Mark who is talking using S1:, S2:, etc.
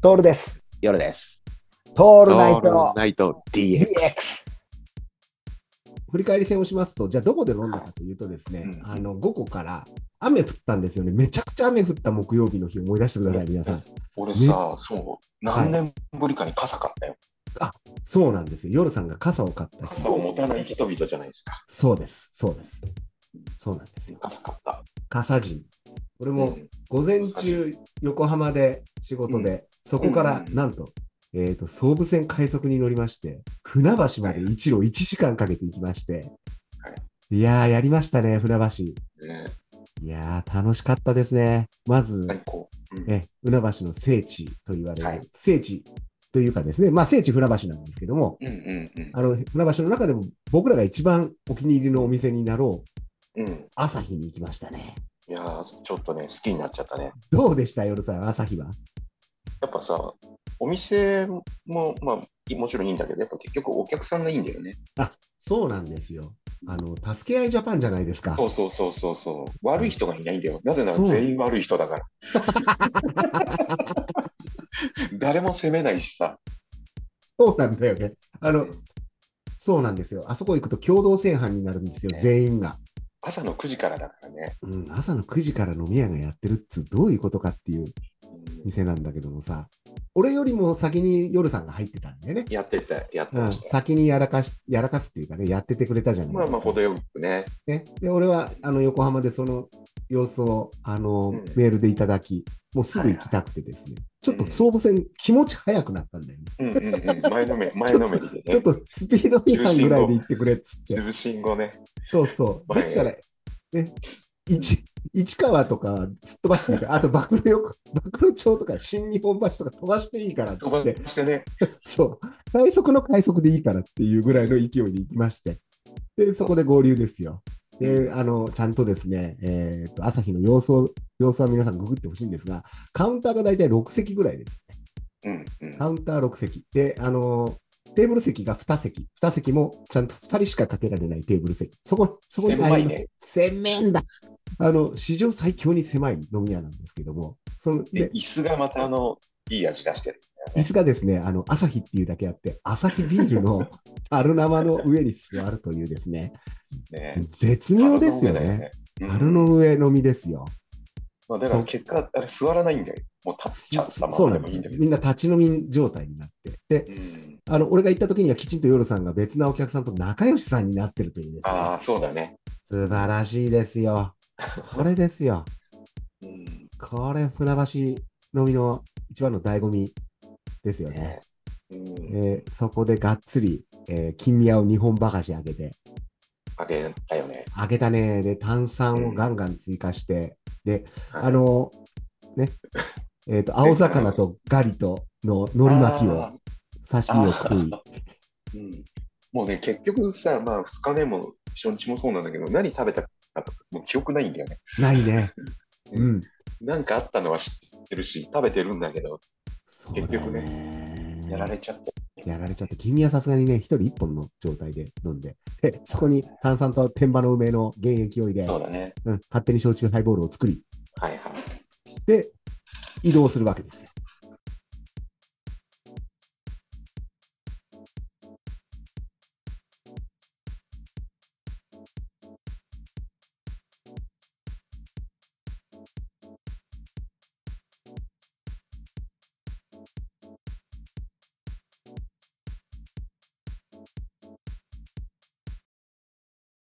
S1: トールです。
S2: 夜です。
S1: ト
S2: オ
S1: ールナイト
S2: ナイト DX。
S1: DX。
S3: 振り返り戦をしますと、じゃあどこで飲んだかというとですね、
S2: うん
S3: あの午後から雨降ったんですよね。めちゃくちゃ雨降った木曜日の日を思い出してください、皆さん。
S4: 俺さ、そう、何年ぶりかに傘買ったよ。
S3: そうなんですよ。夜さんが傘を買った日。
S4: 傘を持たない人々じゃないですか。
S3: そうです、そうです。そうなんですよ。
S4: 傘買った。
S3: 傘人。俺
S4: う
S3: も
S4: ん
S3: 午前中、横浜で仕事で、そこからなんと、えー、と総武線快速に乗りまして、船橋まで一路1時間かけて行きまして、、
S4: はい
S3: やー、やりましたね、船橋。
S4: ね、
S3: いやー、楽しかったですね。まず、
S4: 最高。うん
S3: え船橋の聖地と言われる、
S4: はい
S3: 聖地というかですね、まあ、聖地船橋なんですけども、
S4: うんうん
S3: あの船橋の中でも僕らが一番お気に入りのお店になろう、
S4: うん。うん。
S3: 朝日に行きましたね。
S4: いやー、ちょっとね、好きになっちゃったね。
S3: どうでした、夜さん、朝日は。
S4: やっぱさ、お店も、まあ、いもちろんいいんだけど、やっぱ結局お客さんがいいんだよね。
S3: そうなんですよ。あの助け合いジャパンじゃないですか。
S4: そうそうそうそうそう。悪い人がいないんだよ。なぜなら
S3: そう
S4: 全員悪い人だから。 誰も責めないしさ。
S3: そうなんだよね。あ
S4: う
S3: の
S4: ん
S3: そうなんですよ。あそこ行くと共同正犯になるんですよ、
S4: ね
S3: 全員が。
S4: 朝の9時からだからね。
S3: うん、朝の9時から飲み屋がやってるっつうどういうことかっていう
S4: うん
S3: 店なんだけどもさ、俺よりも先に夜さんが入ってたんだよね。
S4: やってた、やって
S3: う
S4: ま
S3: ん、
S4: した。
S3: 先にやらかし、やらかすっていうかね、やっててくれたじゃない
S4: まあまあ、程よくね。
S3: ね、で、俺は、あの、横浜でその様子を、あの、
S4: うん
S3: メールでいただき、もうすぐ行きたくてですね、ちょっと総武線、気持ち早くなったんだよね。
S4: うんうんう ん、前のめ、前のめりで
S3: ちょっ
S4: ね。
S3: とスピード違反ぐらいで行ってくれっつって。
S4: 通信後ね。
S3: そうそう。だ
S4: 前へ
S3: から、ね、市市川とかすっ飛ばしていいから、あと、暴露よ、暴露町とか新日本橋とか飛ばしていいからっつ
S4: 飛
S3: って、
S4: ばしてね。
S3: そう、快速の快速でいいからっていうぐらいの勢いで行きまして、で、そこで合流ですよ。で、あの、ちゃんとですね、えーと、朝日の様子を、様子は皆さんググってほしいんですが、カウンターが大体6席ぐらいです。
S4: うんうん。
S3: カウンター6席。で、あの、テーブル席が2席。2席もちゃんと2人しかかけられないテーブル席。そこ、そこに
S4: 狭いね
S3: 狭いんだ。あの、史上最強に狭い飲み屋なんですけども、その、
S4: で
S3: で、
S4: 椅子がまたあの、いい味出してる。
S3: 椅子がですね、あの、朝日っていうだけあって、朝日ビール の樽生の上に座るというですね、
S4: ね。
S3: 絶妙ですよね。。
S4: あ
S3: 樽の上飲みですよ。
S4: まあ、だから結果、あれ座らないんだよ。もう立っ
S3: そ
S4: 立ったま
S3: そう
S4: ま
S3: な
S4: で
S3: ん
S4: も
S3: で
S4: い
S3: すよ
S4: いんだけ。ど。
S3: みんな立ち飲み状態になって。で、
S4: うん
S3: あの、俺が行った時にはきちんと夜さんが別なお客さんと仲良しさんになってるというですね。
S4: ああ、そうだね。
S3: 素晴らしいですよ。これですよ。
S4: うん
S3: これ、船橋飲みの一番の醍醐味ですよね
S4: ね。うん
S3: えーそこでがっつり、えー金宮を2本ばかしあげて、
S4: あげたよね。
S3: あげたね。で、炭酸をガンガン追加して、あ
S4: はい、
S3: の、ね、 えっ、と、青魚とガリとの海苔巻きを
S4: あ、
S3: 刺身を食い、
S4: ー。うんもうね、結局さ、まあ、2日目も初日もそうなんだけど、何食べたかとか、もう記憶ないん だよね。
S3: ないね。
S4: う
S3: うんん。
S4: なんかあったのは知ってるし、食べてるんだけど、
S3: そうだよ
S4: 結局
S3: ね
S4: やられちゃって。
S3: やられちゃって、君はさすがにね、一人一本の状態で飲んで、でそこに炭酸と天馬の梅の原液を入れ、
S4: そうだね。
S3: うん、勝手に焼酎ハイボールを作り、
S4: はいはい。
S3: で、移動するわけですよ。